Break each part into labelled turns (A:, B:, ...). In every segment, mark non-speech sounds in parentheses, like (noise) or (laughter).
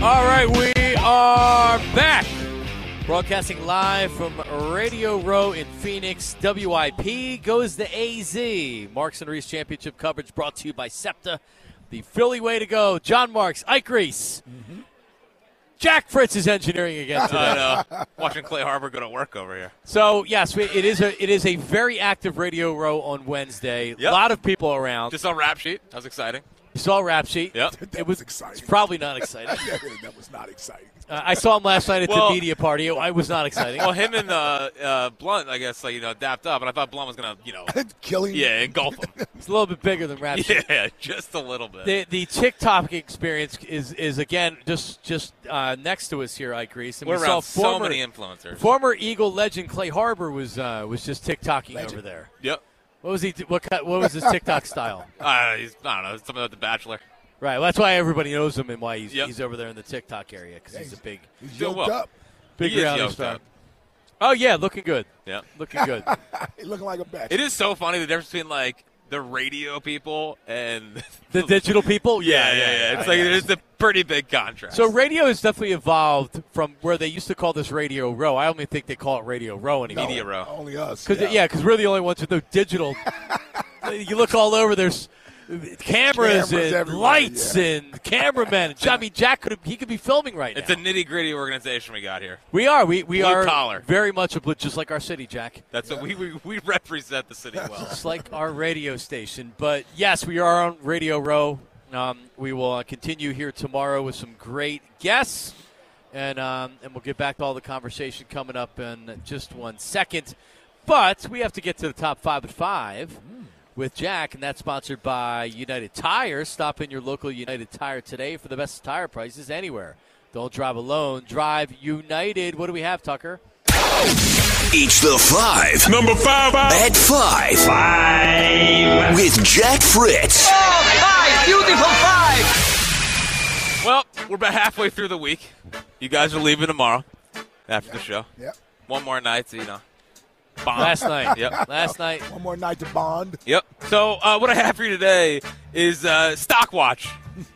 A: All right, we are back. Broadcasting live from Radio Row in Phoenix. WIP goes to AZ. Marks and Reese Championship coverage brought to you by SEPTA. The Philly way to go. John Marks, Ike Reese. Jack Fritz is engineering again today.
B: I know. (laughs) Watching Clay Harbor go to work over here.
A: So yes, we- it is a it is a very active radio row on Wednesday. A
B: Yep.
A: lot of people around.
B: Just on rap sheet. That was exciting.
A: You saw rap sheet.
B: Yep.
A: it
C: That
A: was
C: was exciting.
A: It's probably not exciting.
C: that was not exciting.
A: Uh, I saw him last night at
B: Well-
A: the media party. I was not exciting.
B: Well, him and uh, uh, Blunt, I guess, like, you know, dapped up, and I thought Blunt was gonna, you know,
C: (laughs) Killing.
B: yeah, engulf
C: (laughs)
B: him.
A: it's a little bit bigger than rap sheet.
B: (laughs) yeah, just a little bit.
A: The the TikTok experience is is again just just uh, next to us here, Ike Reese. And
B: We're
A: we saw
B: around so
A: former,
B: many influencers.
A: former Eagle legend Clay Harbor was uh, was just TikToking over there.
B: yep.
A: What was he? do- What ki- what was his TikTok style?
B: Uh, he's, I don't know. Something about The Bachelor.
A: Right. Well, that's why everybody knows him and why he's,
B: Yep.
A: he's over there in the TikTok area because he's a big,
C: He's
B: Doing
C: yoked
B: well.
C: up.
A: big
B: He is
A: reality
B: yoked
A: star.
B: up.
A: Oh yeah, looking good.
B: Yep.
A: Looking good.
C: He looking like a bat.
B: It is so funny the difference between, like, the radio people and. (laughs)
A: the digital people.
B: yeah, yeah, yeah. It's
A: I
B: like
A: guess.
B: there's a pretty big contrast.
A: So radio has definitely evolved from where they used to call this Radio Row. I only think they call it Radio Row anymore.
B: Media Row.
C: Only us.
A: Cause, yeah, because we're the only ones with no
B: (laughs)
A: digital. you look all over, there's cameras,
C: Cameras
A: and
C: everywhere,
A: lights
C: yeah.
A: and cameramen. I mean, Jack could he could be filming right
B: It's
A: now.
B: a nitty gritty organization we got here.
A: we are we we
B: blue
A: are
B: collar.
A: very much a blue, just like our city, Jack.
B: That's what we, we, we represent the city well.
A: (laughs) It's like our radio station. But yes, we are on Radio Row. Um, we will uh, continue here tomorrow with some great guests, and um, and we'll get back to all the conversation coming up in just one second. But we have to get to the top five at five with Jack, and that's sponsored by United Tire. Stop in your local United Tire today for the best tire prices anywhere. Don't drive alone. Drive United. What do we have, Tucker?
D: Each the five. Number five at five. Five. With Jack Fritz.
B: well, we're about halfway through the week. You guys are leaving tomorrow after the show.
C: Yep.
B: One more night, you know. Bomb.
A: Last night.
B: Yep.
A: Last night.
C: One more night to bond.
B: Yep. So uh, what I have for you today is uh, stock watch.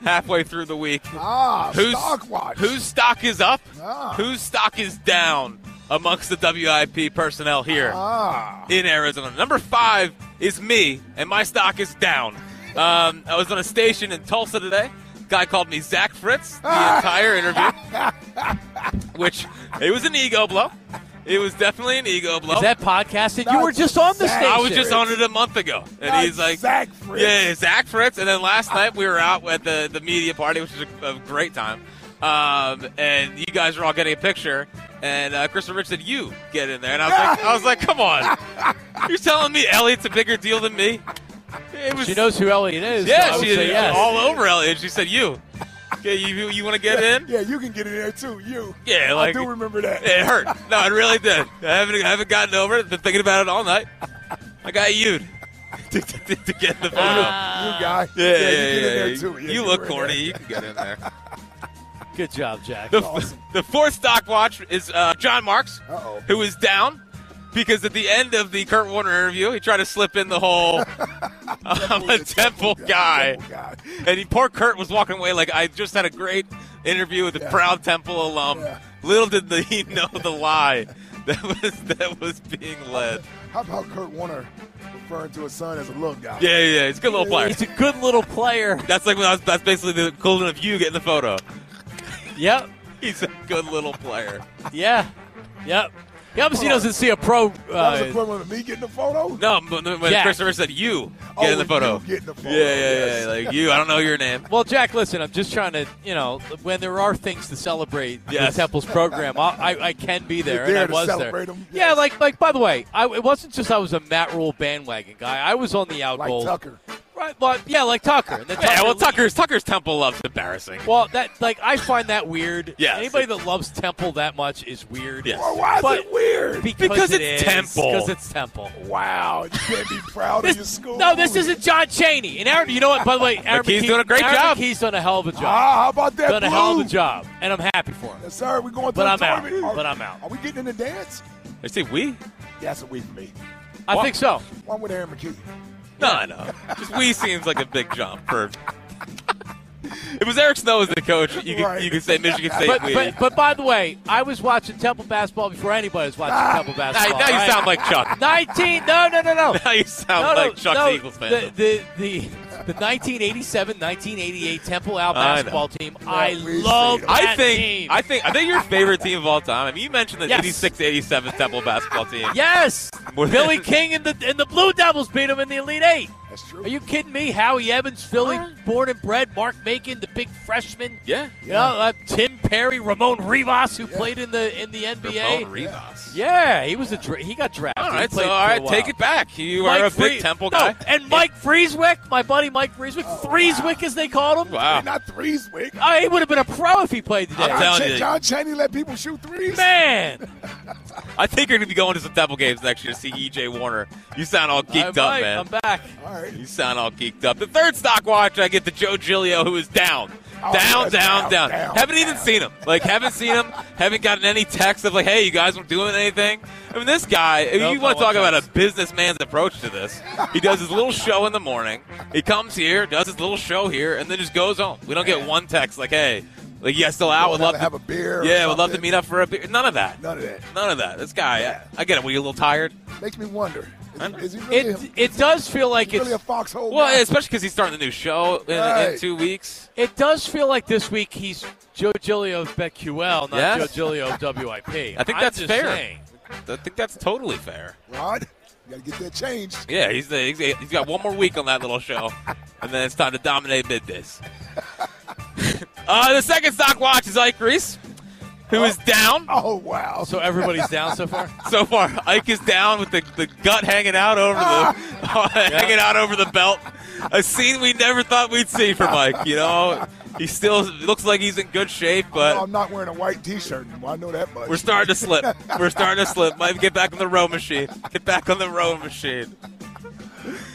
B: Halfway through the week,
C: (laughs) Ah,
B: whose
C: stock watch.
B: whose stock is up,
C: Ah.
B: whose stock is down amongst the WIP personnel here
C: Ah,
B: in Arizona. Number five is me, and my stock is down. Um, I was on a station in Tulsa today. Guy called me Zach Fritz the
C: Ah.
B: entire interview,
C: (laughs)
B: which it was an ego blow. It was definitely an ego blow.
A: Is that podcasted? You were just on the station.
C: That's-
B: I was just on it a month ago, and
C: Not
B: he's like,
C: Zach Fritz.
B: Yeah, yeah, Zach Fritz." And then last night we were out at the the media party, which was a, a great time. Um, and you guys were all getting a picture, and uh, Crystal Rich said, "You get in there," and I was like, "I was like, come on,
C: (laughs)
B: you're telling me Elliot's a bigger deal than me?" It was
A: She knows who Elliot is. so I
B: yeah,
A: would
B: she
A: say
B: was
A: yes.
B: all over Elliot. She said, "You, okay, you you, want to get in?"
C: yeah, you can get in there too. You.
B: Yeah,
C: I
B: like-
C: do remember that.
B: It hurt. No, it really did. I haven't, I haven't gotten over it. Been thinking about it all night. I got
C: (laughs)
B: you'd to, to, to get in the photo.
C: you guy.
B: yeah,
C: you
B: yeah,
C: get in
B: yeah,
C: there
B: yeah.
C: too. Yeah,
B: you
C: were
B: look
C: in
B: corny.
C: there.
B: You can get in
C: (laughs)
B: there.
A: Good job, Jack.
B: The, the fourth stock watch is uh, John Marks,
C: Uh-oh.
B: who is down because at the end of the Kurt Warner interview, he tried to slip in the
C: (laughs)
B: whole (laughs) "I'm a temple guy,"
C: Temple guy.
B: and he poor Kurt was walking away like I just had a great interview with a proud Temple alum.
C: Yeah.
B: Little did the, he know the lie that was that was being led.
C: How about Kurt Warner referring to his son as a little guy.
B: Yeah, yeah, yeah. He's a good little player.
A: He's a good little player.
B: That's like when I was, that's basically the equivalent of you getting the photo.
A: Yep.
B: He's a good little player.
A: Yeah. Yep. He obviously doesn't see a pro.
C: That was
A: Uh,
C: equivalent to me getting the photo.
B: No, but when
A: Yeah.
B: Chris Rivers said you get
C: Oh,
B: in the
C: you
B: photo.
C: getting the photo,
B: Yeah, yeah,
C: yes.
B: yeah. Like you, I don't know your name.
A: well, Jack, listen, I'm just trying to, you know, when there are things to celebrate
B: Yes.
A: the Temple's program, I, I, I can be there,
C: You're
A: and
C: there
A: I
C: to
A: was there.
C: celebrate 'em,
A: Yeah,
C: yes.
A: like, like by the way, I, it wasn't just I was a Matt Rule bandwagon guy. I was on the out
C: Like
A: goal.
C: Tucker.
A: Right, but yeah, like Tucker. And then Tucker
B: Yeah, well,
A: leaves.
B: Tucker's Tucker's temple love's Oh, embarrassing.
A: Well, that like I find that weird.
B: Yes.
A: Anybody that loves Temple that much is weird.
B: Yes.
C: Well, why is
A: But-
C: it weird?
A: Because,
B: Because
A: it
B: it's
A: is.
B: Temple.
A: Because it's Temple.
C: wow, you can't be proud of your
A: This,
C: school.
A: no, this isn't John Cheney. And Aaron, you know what? By the way, Aaron
B: McKee's
A: McKee-
B: doing a great
A: Aaron
B: job.
A: McKee's done a hell of a job.
C: Ah, how about that?
A: done a hell of a
C: blue?
A: job, and I'm happy for him.
C: Yes, sir. We're going to
A: But
C: the
A: I'm out.
C: tournament. Are-
A: But I'm out.
C: Are we getting in the dance?
B: You see, we?
C: That's a week for me.
A: I
B: Wha-
A: think so.
C: One with Aaron McKee.
B: No, no. Just we seems like a big jump for. (laughs) it was Eric Snow as the coach. You could,
C: Right.
B: you could say Michigan State
A: But,
B: we.
A: but but by the way, I was watching Temple basketball before anybody was watching Temple
B: Ah, now,
A: basketball.
B: now you
A: right?
B: sound like Chuck.
A: 19. No, no, no, no.
B: (laughs) Now you sound
A: no,
B: like
A: no,
B: Chuck
A: no,
B: the Eagles fan.
A: The, the, the, the 1987-1988 Temple Owl
B: I know.
A: basketball team. I
C: we see
A: love
C: them.
A: that
B: I think
A: team.
B: I think I think your favorite team of all time. I mean, you mentioned the
A: Yes.
B: 86 to 87 Temple basketball team. (laughs)
A: yes,
B: More than-
A: Billy King and the and the Blue Devils beat him in the Elite Eight.
C: That's true.
A: Are you kidding me? Howie Evans, Philly, born and bred. Mark Macon, the big freshman.
B: Yeah.
A: You know, uh, Tim Perry, Ramon Rivas, who played in the in the NBA.
B: Ramon Rivas.
A: Yeah, he was a dra- he got drafted.
B: All
A: He
B: right, so
A: played for
B: all
A: a
B: right, take
A: while.
B: it back. You
A: Mike
B: are a big
A: Fre-
B: Temple
A: No,
B: guy.
A: and Mike Frieswick, my buddy Mike Frieswick, Frieswick as they called him.
B: Wow.
C: Not threes, Wick.
A: Oh, he would have been a pro if he played today.
B: I'm telling you.
C: John Chaney let people shoot threes.
A: Man,
B: I think you're going to be going to some Temple games next year to see EJ Warner. You sound all
A: I'm
B: geeked up,
A: right,
B: man.
A: I'm back.
C: All right.
B: You sound all geeked up. The third stock watch, I get to Joe Giglio, who is down. down,
C: Oh, yeah,
B: down,
C: down,
B: down,
C: down,
B: Haven't even
C: down.
B: seen him. Like, haven't seen
C: (laughs)
B: him. Haven't gotten any text of, like, hey, you guys weren't doing anything. I mean, this guy, if
A: Nope,
B: you want
A: no
B: to talk
A: one
B: about a
A: does.
B: businessman's approach to this. He does his little show in the morning. He comes here, does his little show here, and then just goes home. We don't get one text, like, hey, like, yeah, still out. Would
C: Going out
B: love
C: to
B: to
C: have a beer or
B: Yeah, would love to
C: something.
B: meet up for a beer. None of that.
C: None of that.
B: None of that. This guy, I, I get it. Were you a little tired?
C: Makes me wonder. Is he, is he really,
A: It it does feel like
C: a, really
A: it's
C: a foxhole?
B: Well,
C: guy?
B: especially because he's starting the new show in, in
C: Right.
B: two weeks.
A: it does feel like this week he's Joe Gilio of BetQL, not
B: Yes.
A: Joe Gilio of WIP. I
B: think that's
A: just
B: fair.
A: saying.
B: I think that's totally fair.
C: Rod, you got to get that changed.
B: Yeah, he's the, he's, he's got one more week on that little show, and then it's time to
A: (laughs)
B: dominate middays. uh, the second stock watch is Ike Reese, who is down
C: Oh, wow.
A: So everybody's down so far.
B: (laughs) so far. Ike is down with the, the gut hanging out
A: (laughs)
B: over the (laughs) hanging out over the belt. A scene we never thought we'd see from Ike. You know, he still looks like he's in good shape, but
A: Oh,
C: No, I'm not wearing a white T-shirt anymore. I know that much.
B: We're starting to slip. We're starting to slip. Might get back on the row machine. Get back on the row machine.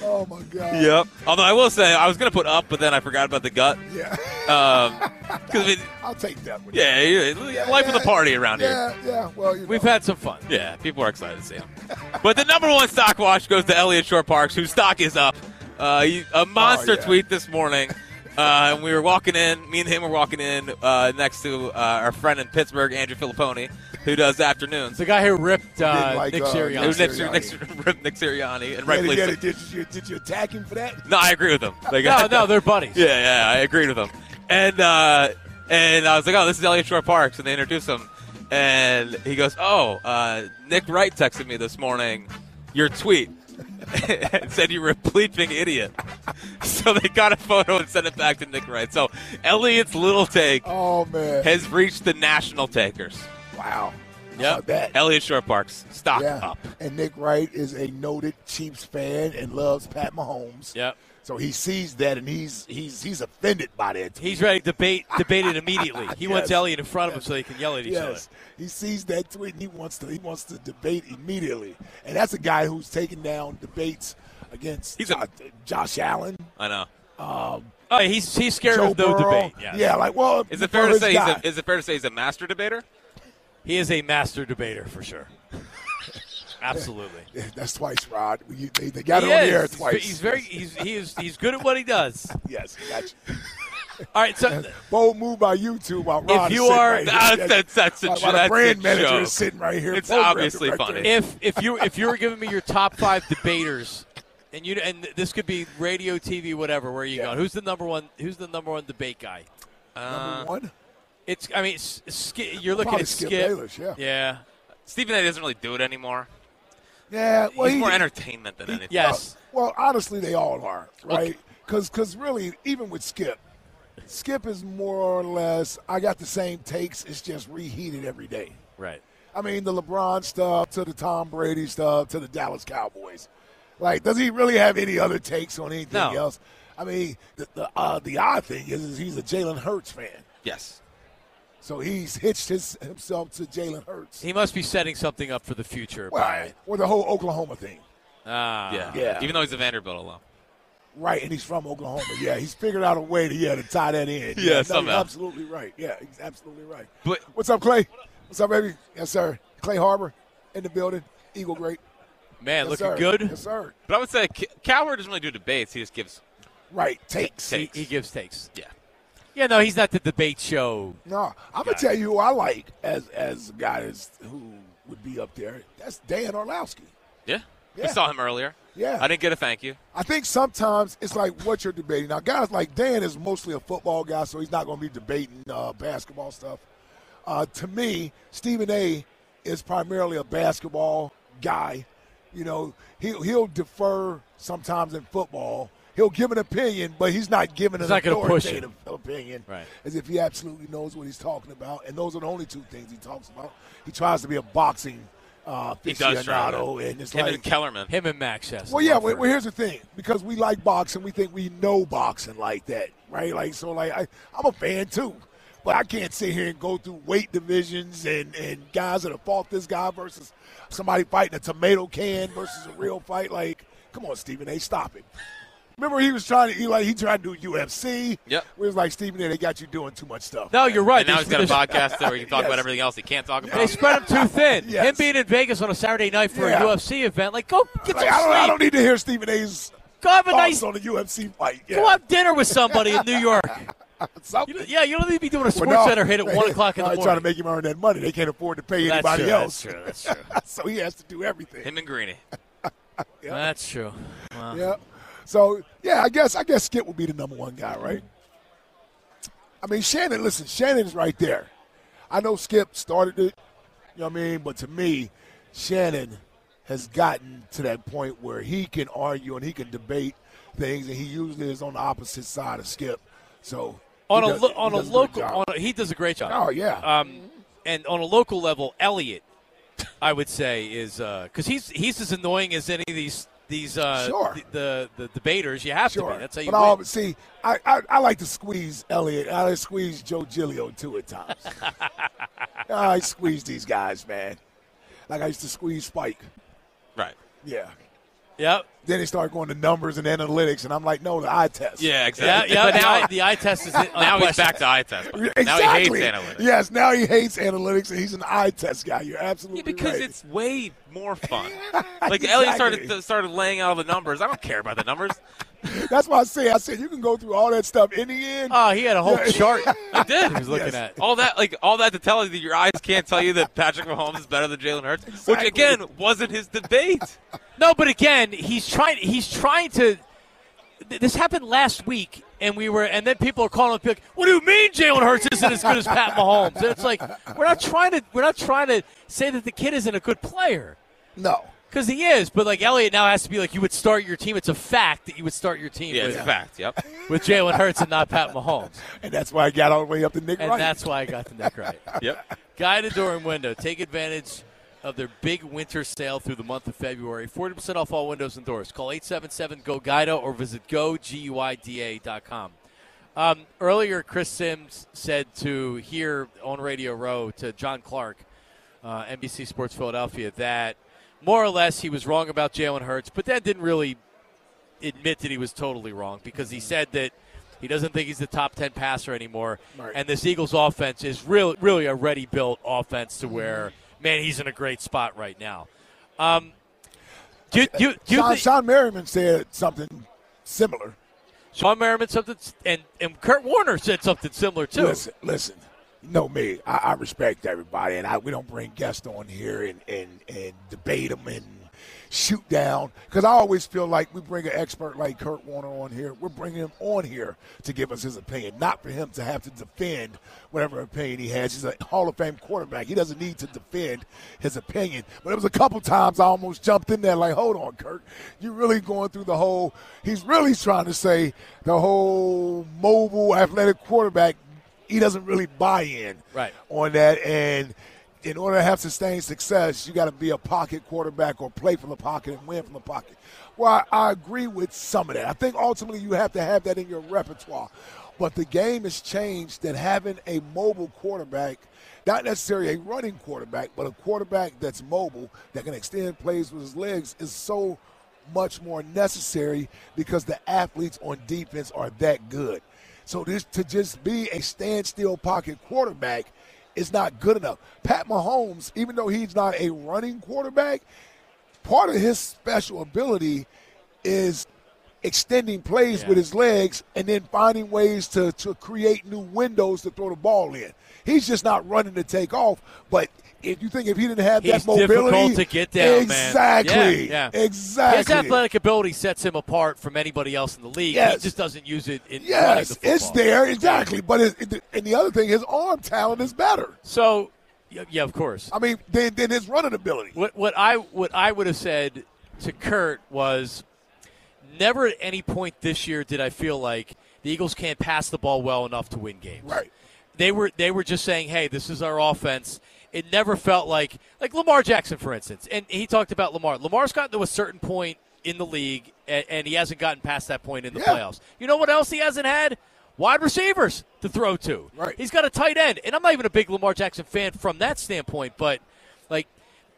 C: oh my God.
B: Yep. Although I will say, I was gonna put up, but then I forgot about the gut.
C: Yeah. (laughs)
B: Um, because I mean,
C: I'll take that one.
B: yeah, yeah, life of the party around here.
C: Yeah. Yeah. Well, you know.
A: We've had some fun.
B: Yeah, people are excited to see him. But the number one stock watch goes to Elliot Shore Parks, whose stock is up. Uh, he- a monster
C: Oh, yeah.
B: tweet this morning. Uh, and we were walking in. Me and him were walking in uh, next to uh, our friend in Pittsburgh, Andrew Filipponi, who does afternoons.
A: The guy who ripped uh,
C: Didn't like,
A: Nick
C: uh,
B: It was
A: Sirianni.
B: Nick,
C: Sirianni.
B: Nick, (laughs) Nick, Sirianni, and
C: Did,
B: rightfully so.
C: did, did, you, did you attack him for that?
B: No, I agree with him. Like,
A: No, no, they're buddies.
B: yeah, yeah, I agreed with him. And uh, and I was like, oh, this is Elliot Shore Parks, and they introduced him, and he goes, oh, uh, Nick Wright texted me this morning, your tweet, (laughs) and said you were a bleeping idiot. (laughs) So they got a photo and sent it back to Nick Wright. So Elliot's little take
C: Oh man.
B: has reached the national takers.
C: wow. How
B: Yep.
C: about that.
B: Elliot Shore Parks stock
C: yeah.
B: up.
C: And Nick Wright is a noted Chiefs fan and loves Pat Mahomes.
A: Yep.
C: So he sees that and he's he's he's offended by that.
A: He's ready to debate debated immediately. He wants
C: Yes.
A: Elliot in front of him so they can yell
B: (laughs)
A: at each
C: Yes, he sees that tweet and he wants to he wants to debate immediately. And that's a guy who's taken down debates against
B: He's a-
C: Jo- Josh Allen,
B: I know.
A: other. Oh, he's he's scared
C: Joe
A: of no
C: Burrow.
A: debate. Yes.
C: Yeah, like well,
B: Is it
C: Burrow
B: fair to say he's
C: guy.
B: a, is it fair to say he's a master debater?
A: He is a master debater for
C: (laughs)
A: sure. Absolutely.
C: Yeah, (laughs) that's twice, Rod. We, they, they got
A: He
C: it on
A: is.
C: the air
A: He's ve-
C: twice.
A: He's, very he's he is he's good at what he does.
C: yes, got you.
A: All right, so (laughs)
C: Bold move by you two while Rod
A: you
C: is sitting
A: are-
C: (laughs) right here.
B: (laughs) That's- uh, that's- that's a
C: while-
B: jo-
C: while the
B: that's a
C: brand manager
B: joke.
C: is sitting right here.
B: It's
C: program
B: obviously
C: director.
B: funny.
A: if if you if you were giving me your top five debaters And you and this could be radio, TV, whatever. Where are you
C: Yeah.
A: going? Who's the number one? Who's the number one debate guy?
C: Number one,
A: It's I mean, it's, Ski- you're looking
C: probably
A: at
C: Skip
A: Skip.
C: Bayless. Yeah,
A: Yeah.
B: Stephen A. doesn't really do it anymore.
C: yeah. Well,
B: He's
C: he-
B: more entertainment than anything.
A: Yes.
C: Uh, Well, honestly, they all are, right? Because really, even with Skip, Skip is more or less, I got the same takes. It's just reheated every day.
A: Right.
C: I mean, the LeBron stuff to the Tom Brady stuff to the Dallas Cowboys. Like, does he really have any other takes on anything
B: No.
C: else? I mean, the the, uh, the odd thing is, is he's a Jalen Hurts fan,
B: Yes.
C: so he's hitched his, himself to Jalen Hurts.
A: He must be setting something up for the future.
C: Well, or the whole Oklahoma thing.
A: by- ah.
B: Yeah.
C: Yeah.
B: Even though he's a Vanderbilt alum.
C: Right, and he's from Oklahoma. Yeah, he's figured out a way to yeah to tie that in.
B: Yeah,
C: no,
B: somehow.
C: You're absolutely right. Yeah, he's absolutely right.
B: But-
C: what's up, Clay? What's up, baby? Yes, sir. Clay Harbor in the building. Eagle great.
A: Man,
C: Yes,
A: looking
C: sir.
A: good.
C: Yes, sir.
B: But I would say Ca- Cowherd doesn't really do debates. He just gives.
C: Right, takes.
B: Take.
A: He,
B: Takes.
A: he gives takes.
B: Yeah.
A: Yeah. No, he's not the debate show.
C: No, I'm gonna tell you who I like as as a guy that's, who would be up there. That's Dan Orlowski.
B: Yeah.
C: Yeah.
B: We saw him earlier.
C: Yeah.
B: I didn't get a thank you.
C: I think sometimes it's like what you're debating. Now, guys like Dan is mostly a football guy, so he's not going to be debating uh, basketball stuff. Uh, to me, Stephen A. is primarily a basketball guy. You know, he, he'll defer sometimes in football. He'll give an opinion, but he's not giving
A: He's
C: an
A: not gonna push it.
C: authoritative opinion
A: Right.
C: as if he absolutely knows what he's talking about. And those are the only two things he talks about. He tries to be a boxing uh,
B: He does try. to.
C: aficionado, and it's
B: him
C: like
B: and Kellerman.
A: Him and Max has.
C: well, yeah.
A: love
C: Well,
A: for-
C: well, here's the thing: because we like boxing, we think we know boxing like that, right? Like, so, like, I, I'm a fan too, but I can't sit here and go through weight divisions and and guys that have fought this guy versus somebody fighting a tomato can versus a real fight. Like, come on, Stephen A. Stop it. Remember, he was trying to he like he tried to do UFC.
B: Yep.
C: We was like Stephen A. They got you doing too much stuff.
A: no, you're right.
B: And now
A: They-
B: he's got a
A: they-
B: podcast where he can talk
C: (laughs) Yes.
B: about everything else he can't talk about.
A: They spread him too thin.
C: (laughs) Yes.
A: Him being in Vegas on a Saturday night for
C: Yeah.
A: a UFC event, like go get
C: Like,
A: some
C: I don't,
A: sleep.
C: I don't need to hear Stephen A.'s
A: go have a
C: thoughts
A: nice,
C: on the UFC fight. Yeah.
A: go have dinner with somebody in New
C: (laughs)
A: York.
C: Something.
A: You don't- yeah, you don't need to be doing a sports
C: Well, no.
A: center hit at
C: (laughs)
A: one o'clock in
C: Now
A: the morning.
C: they're Trying to make him earn that money, they can't afford to pay
A: That's
C: anybody
A: true,
C: else.
A: That's true.
C: (laughs)
A: That's true.
C: so he has to do everything.
B: Him and Greeny.
A: That's true. Wow.
C: Yeah. So yeah, I guess I guess Skip would be the number one guy, right? I mean, Shannon. Listen, Shannon's right there. I know Skip started it. You know what I mean? But to me, Shannon has gotten to that point where he can argue and he can debate things, and he usually is on the opposite side of Skip. So
A: On
C: he
A: a
C: does-
A: lo-
C: he
A: on a
C: does good
A: local,
C: job.
A: on a, he does a great job.
C: oh yeah,
A: Um, and on a local level, Elliot, I would say is because he's he's as annoying as any of these these uh,
C: Sure.
A: the, the the debaters. You have
C: Sure.
A: to be. That's how you.
C: but I'll-
A: win.
C: see, I, I, I like to squeeze Elliot. I like to squeeze Joe Gilio too at times. I squeeze these guys, man. Like I used to squeeze Spike.
B: Right.
C: Yeah.
A: Yep.
C: Then they start going to numbers and analytics, and I'm like, no, the eye test.
B: Yeah,
A: Yeah.
B: exactly.
A: Yeah.
B: But
A: the,
B: now,
A: eye, the eye
B: (laughs)
A: test is uh,
B: now he's back to eye
A: (laughs)
B: test.
C: (laughs) Exactly.
B: Now he hates analytics.
C: Yes, now he hates analytics, and he's an eye test guy. You're absolutely
B: Yeah, because
C: right.
B: it's way
A: (laughs)
B: more fun. Like Elliot started
C: Exactly.
B: started laying out all the numbers. I don't care about the numbers.
C: (laughs) That's why I say, I said you can go through all that stuff in the
A: (laughs)
C: end.
B: Uh,
A: Oh, he had a
B: (laughs)
A: whole
C: Yeah.
A: chart.
B: I did.
A: (laughs) He was looking at.
B: all that like all that to tell you that your eyes can't tell you that Patrick Mahomes is better than Jalen Hurts, which
C: Exactly.
B: again wasn't his debate.
A: No, but again, he's trying. He's trying to. th- This happened last week, and we were, and then people are calling up, like, "What do you mean Jalen Hurts isn't as good as Pat Mahomes?" And it's like we're not trying to. We're not trying to say that the kid isn't a good player
C: no.
A: because he is. But like Elliott now has to be like, you would start your team. It's a fact that you would start your team
B: Yeah, it's
A: with,
B: a fact. Yep.
A: with Jalen Hurts and not Pat Mahomes,
C: And that's why I got all the way up to Nick
A: and
C: Wright.
A: that's why I got the neck right. (laughs)
B: Yep.
A: Guided door and window. Take advantage of their big winter sale through the month of February. 40% off all windows and doors. Call 877-GO-GUIDA or visit goguida.com. Um, earlier, Chris Sims said to here on Radio Row to John Clark, uh, NBC Sports Philadelphia, that more or less he was wrong about Jalen Hurts, but that didn't really admit that he was totally wrong because he said that he doesn't think he's the top 10 passer anymore.
C: Right.
A: And this Eagles offense is really, really a ready built offense to where, man, he's in a great spot right now. Um, do, do, do you
C: Sean,
A: think-
C: Sean Merriman said something similar.
A: Sean Merriman something, and, and Kurt Warner said something similar too.
C: Listen, listen. You know me. I, I respect everybody, and I, we don't bring guests on here and, and, and debate them and shoot down. Because I always feel like we bring an expert like Kurt Warner on here. We're bringing him on here to give us his opinion, not for him to have to defend whatever opinion he has. He's a Hall of Fame quarterback. He doesn't need to defend his opinion. But it was a couple times I almost jumped in there like, hold on, Kurt. You're really going through the whole, he's really trying to say the whole mobile athletic quarterback he doesn't really buy in
A: Right.
C: on that. And in order to have sustained success, you got to be a pocket quarterback or play from the pocket and win from the pocket. Well, I, I agree with some of that. I think ultimately you have to have that in your repertoire. But the game has changed that having a mobile quarterback, not necessarily a running quarterback, but a quarterback that's mobile, that can extend plays with his legs, is so much more necessary because the athletes on defense are that good. So this to just be a standstill pocket quarterback is not good enough. Pat Mahomes, even though he's not a running quarterback, part of his special ability is extending plays with his legs and then finding ways to, to create new windows to throw the ball in. He's just not running to take off, but if you think if he didn't have
A: He's
C: that mobility,
A: difficult to get down,
C: exactly,
A: man. Yeah, yeah.
C: exactly.
A: His athletic ability sets him apart from anybody else in the league. He
C: Yes.
A: just doesn't use it in running the
C: Yes,
A: football.
C: it's there exactly. But it, it- and the other thing, his arm talent is better.
A: So, yeah, yeah, of course.
C: I mean, than, than his running ability.
A: What what I what I would have said to Kurt was never at any point this year did I feel like the Eagles can't pass the ball well enough to win games.
C: Right.
A: They were they were just saying, "Hey, this is our offense." It never felt like like Lamar Jackson for instance. And he talked about Lamar. Lamar's gotten to a certain point in the league and, and he hasn't gotten past that point in the
C: Yeah.
A: playoffs. You know what else he hasn't had? Wide receivers to throw to.
C: Right.
A: He's got a tight end, and I'm not even a big Lamar Jackson fan from that standpoint, but like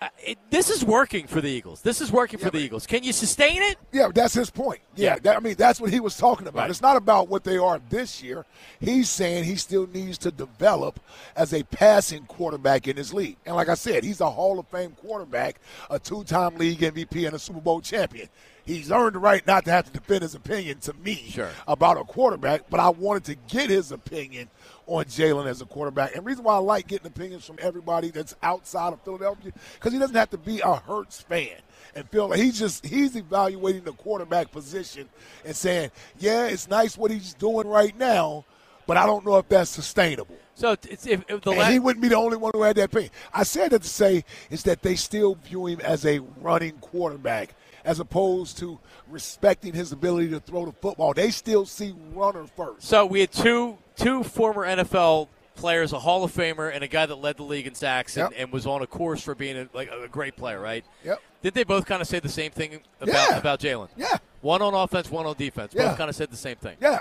A: I- it, this is working for the Eagles. This is working for the Eagles. Can you sustain it?
C: Yeah, that's his point. Yeah,
A: Yeah.
C: that, I mean, that's what he was talking about.
A: Right.
C: It's not about what they are this year. He's saying he still needs to develop as a passing quarterback in his league. And like I said, he's a Hall of Fame quarterback, a two-time league MVP, and a Super Bowl champion. He's earned the right not to have to defend his opinion to me
A: Sure.
C: about a quarterback, but I wanted to get his opinion on Jalen as a quarterback. And the reason why I like getting opinions from everybody that's outside of Philadelphia, because he doesn't have to be a Hurts fan and feel like he's just he's evaluating the quarterback position and saying, yeah, it's nice what he's doing right now, but I don't know if that's sustainable.
A: So t- it's, if, if the
C: And
A: last,
C: he wouldn't be the only one who had that opinion. I said that to say is that they still view him as a running quarterback as opposed to respecting his ability to throw the football. They still see runner first.
A: so we had two two former NFL players, a Hall of Famer, and a guy that led the league in sacks and,
C: Yep.
A: and was on a course for being a, like a great player, right?
C: Yep.
A: Did they both kind of say the same thing about
C: Yeah.
A: about Jalen?
C: Yeah.
A: One on offense, one on defense.
C: Yeah.
A: Both kind of said the same thing.
C: Yeah.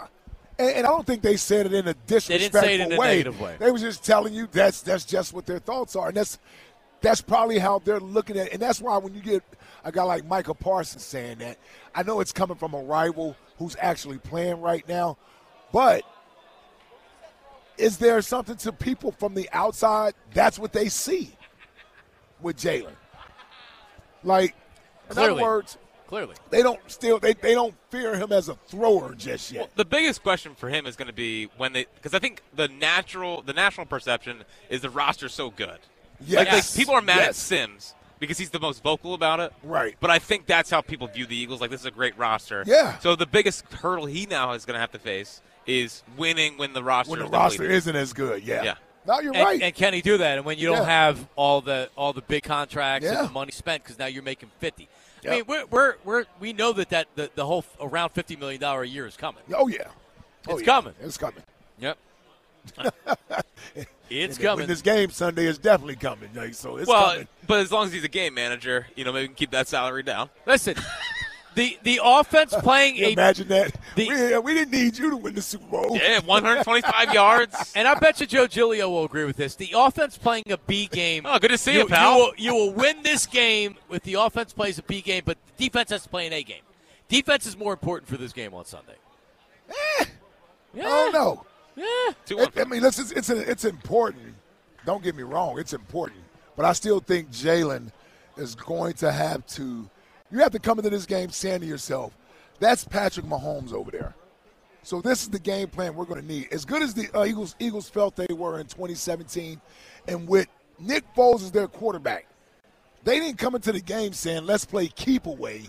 C: And, and I don't think they said it in a
A: didn't
C: disrespectful
A: say it in a
C: way.
A: negative way.
C: They was just telling you that's that's just what their thoughts are, and that's that's probably how they're looking at. it. And that's why when you get a guy like Michael Parsons saying that, I know it's coming from a rival who's actually playing right now, but is there something to people from the outside? That's what they see with Jalen. Like, in
A: Clearly.
C: other words,
A: Clearly.
C: they don't still they, they don't fear him as a thrower just yet.
B: The biggest question for him is going to be when they, because I think the natural, the national perception is the roster's so good. Like, like,
C: Yes.
B: people are mad at
C: Yes.
B: Sims because he's the most vocal about it.
C: Right.
B: But I think that's how people view the Eagles. Like this is a great roster.
C: Yeah.
B: So the biggest hurdle he now is going to have to face is winning when the roster
C: when the
B: is
C: roster
B: depleted.
C: isn't as good. Yeah.
B: Yeah.
C: No, you're
A: and,
C: right.
A: and can he do that? And when you don't
C: Yeah.
A: have all the all the big contracts
C: Yeah.
A: and the money spent, because now you're making fifty. I
C: Yeah.
A: mean, we're, we're, we're we know that that the, the whole f- around fifty million dollar a year is coming.
C: oh yeah. Oh,
A: It's
C: yeah.
A: coming.
C: It's coming.
A: Yep. it's
C: And
A: coming.
C: When this game Sunday is definitely coming. Like, so it's
B: well,
C: coming.
B: but as long as he's a game manager, you know, maybe we can keep that salary down.
A: Listen, the the
C: (laughs)
A: offense playing
C: Can you
A: a
C: imagine that.
A: the-
C: we, we didn't need you to win the Super Bowl.
B: Yeah,
C: (laughs)
B: 125 yards.
A: and I bet you Joe Gilio will agree with this. The offense playing a B game.
B: Oh, good to see
A: you,
B: you, pal.
A: will, you will win this game if the offense plays a B game, but the defense has to play an A game. Defense is more important for this game on Sunday. Yeah.
C: Oh no.
A: Yeah.
B: Two one.
C: It, I mean, listen, it's it's, it's important. Don't get me wrong, it's important. But I still think Jalen is going to have to. You have to come into this game saying to yourself, "That's Patrick Mahomes over there." So this is the game plan we're going to need. As good as the uh, Eagles Eagles felt they were in 2017, and with Nick Foles as their quarterback, They didn't come into the game saying, let's play keep away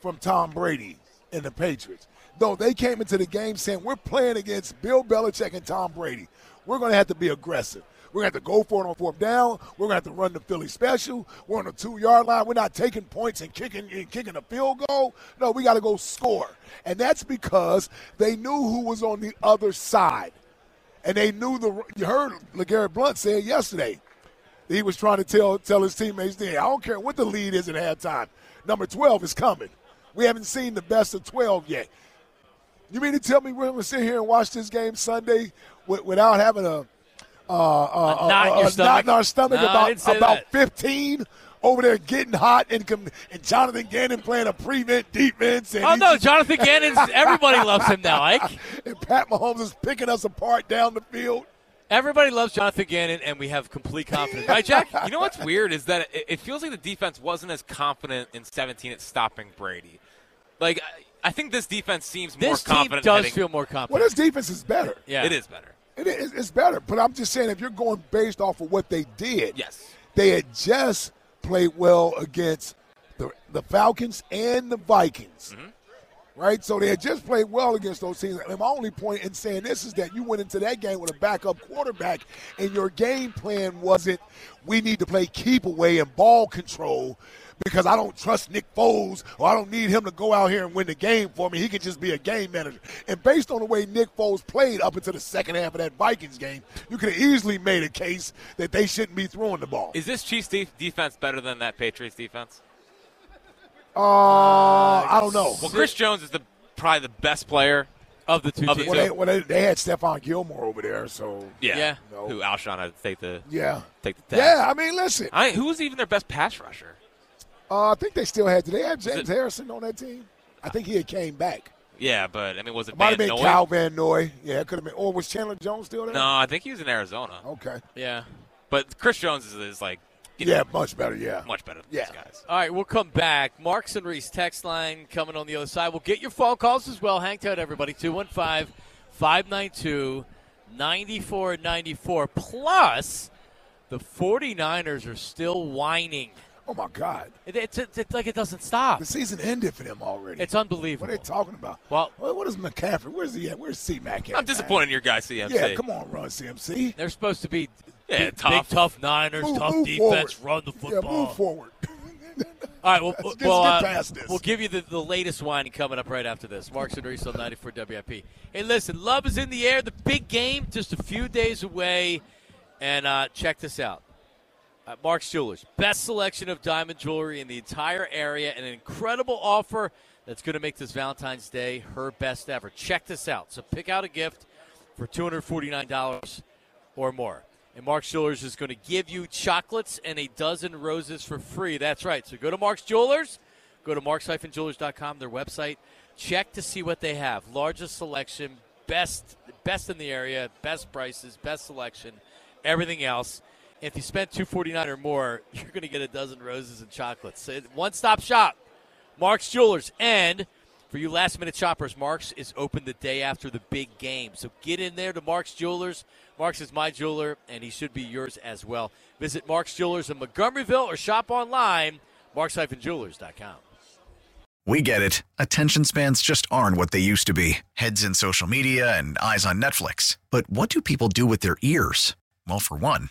C: from Tom Brady and the Patriots. No, they came into the game saying, we're playing against Bill Belichick and Tom Brady. We're going to have to be aggressive. We're going to have to go for it on fourth down. We're going to have to run the Philly special. We're on the two yard line. We're not taking points and kicking and kicking a field goal. No, we got to go score. And that's because they knew who was on the other side. And they knew the. You heard LeGarrette Blunt say it yesterday he was trying to tell tell his teammates then, I don't care what the lead is at halftime. Number 12 is coming. We haven't seen the best of 12 yet. You mean to tell me we're going to sit here and watch this game Sunday wi- without having a, uh, uh,
A: A knot in your stomach?
C: in our stomach
A: No, I didn't
C: about
A: say that.
C: about 15 over there getting hot and com- and Jonathan Gannon playing a prevent defense and,
A: Oh
C: he's
A: no, Jonathan Gannon's. Everybody loves him now,
C: (laughs)
A: Ike.
C: and Pat Mahomes is picking us apart down the field.
A: Everybody loves Jonathan Gannon, and we have complete confidence, right, Jack?
B: (laughs) You know what's weird is that it, it feels like the defense wasn't as confident in 17 at stopping Brady. Like I, I think this defense seems more
A: This team
B: confident.
A: does
B: heading-
A: feel more confident.
C: Well, this defense is better.
A: yeah,
B: It is better.
C: It is, it's better, but I'm just saying if you're going based off of what they did,
B: Yes.
C: they had just played well against the the Falcons and the Vikings, right? So they had just played well against those teams. And my only point in saying this is that you went into that game with a backup quarterback, and your game plan wasn't we need to play keep away and ball control. Because I don't trust Nick Foles, or I don't need him to go out here and win the game for me. He can just be a game manager. And based on the way Nick Foles played up until the second half of that Vikings game, you could have easily made a case that they shouldn't be throwing the ball.
B: Is this Chiefs de- defense better than that Patriots defense?
C: Uh, I don't know.
B: Well, Chris Jones is the probably the best player.
A: of the two
B: Of the
A: teams.
C: Well, they, well, they, they had Stephon Gilmore over there, so
B: Yeah.
A: Yeah.
C: No.
B: Who Alshon had to take the
C: yeah,
B: take the tag.
C: yeah. I mean, listen,
B: I, who was even their best pass rusher?
C: uh, I think they still had. Did they have
B: it-
C: James Harrison on that team? I think he had came back.
B: Yeah, but I mean, was it
C: It might have
B: Van
C: been
B: Noy?
C: Cal Van Noy. Yeah, it could have been. Or was Chandler Jones still there?
B: No, I think he was in Arizona.
C: Okay.
A: yeah.
B: But Chris Jones is, is like you
C: Yeah,
B: know,
C: much better. Yeah.
B: much better than
C: Yeah.
B: these guys.
A: All right, we'll come back. Marks and Reese text line coming on the other side. We'll get your phone calls as well. Hang tight, everybody. 215 592 9494. Plus, the 49ers are still whining.
C: Oh my God,
A: It- It's, it's, it's like it doesn't stop.
C: the season ended for them already.
A: It's
C: what
A: unbelievable.
C: are they talking about?
A: Well-
C: what what is McCaffrey? Where's he at? Where's C Mac at?
B: I'm disappointed in your guy, CMC.
C: Man? Yeah, come on, run CMC.
A: They're supposed to be
B: Yeah,
A: big,
B: tough.
A: big, tough Niners,
C: Move-
A: tough
C: move
A: defense,
C: forward.
A: run the
C: Yeah,
A: football.
C: move forward. (laughs)
A: All right, well,
C: Let's get-
A: well,
C: let's
A: uh,
C: get past this.
A: we'll give you the, the latest wine coming up right after this. Mark Sidoriso, 94 WIP. Hey, listen, love is in the air. The big game just a few days away. And uh, check this out. Uh, Mark's Jewelers, best selection of diamond jewelry in the entire area, and an incredible offer that's going to make this Valentine's Day her best ever. Check this out. So pick out a gift for $249 or more. And Mark's Jewelers is going to give you chocolates and a dozen roses for free. That's right. So go to Mark's Jewelers, go to marks-jewelers.com, their website. Check to see what they have. Largest selection, best best in the area, best prices, best selection, everything else. If you spent 249 or more, (laughs) you're going to get a dozen roses and chocolates. So it- One-stop shop. Mark's Jewelers. And for you last minute shoppers, Mark's is open the day after the big game. So get in there to Mark's Jewelers. Mark's is my jeweler, and he should be yours as well. Visit Mark's Jewelers in Montgomeryville or shop online, marks-jewelers.com.
E: We get it. Attention spans just aren't what they used to be heads in social media and eyes on Netflix. But what do people do with their ears? Well, for one,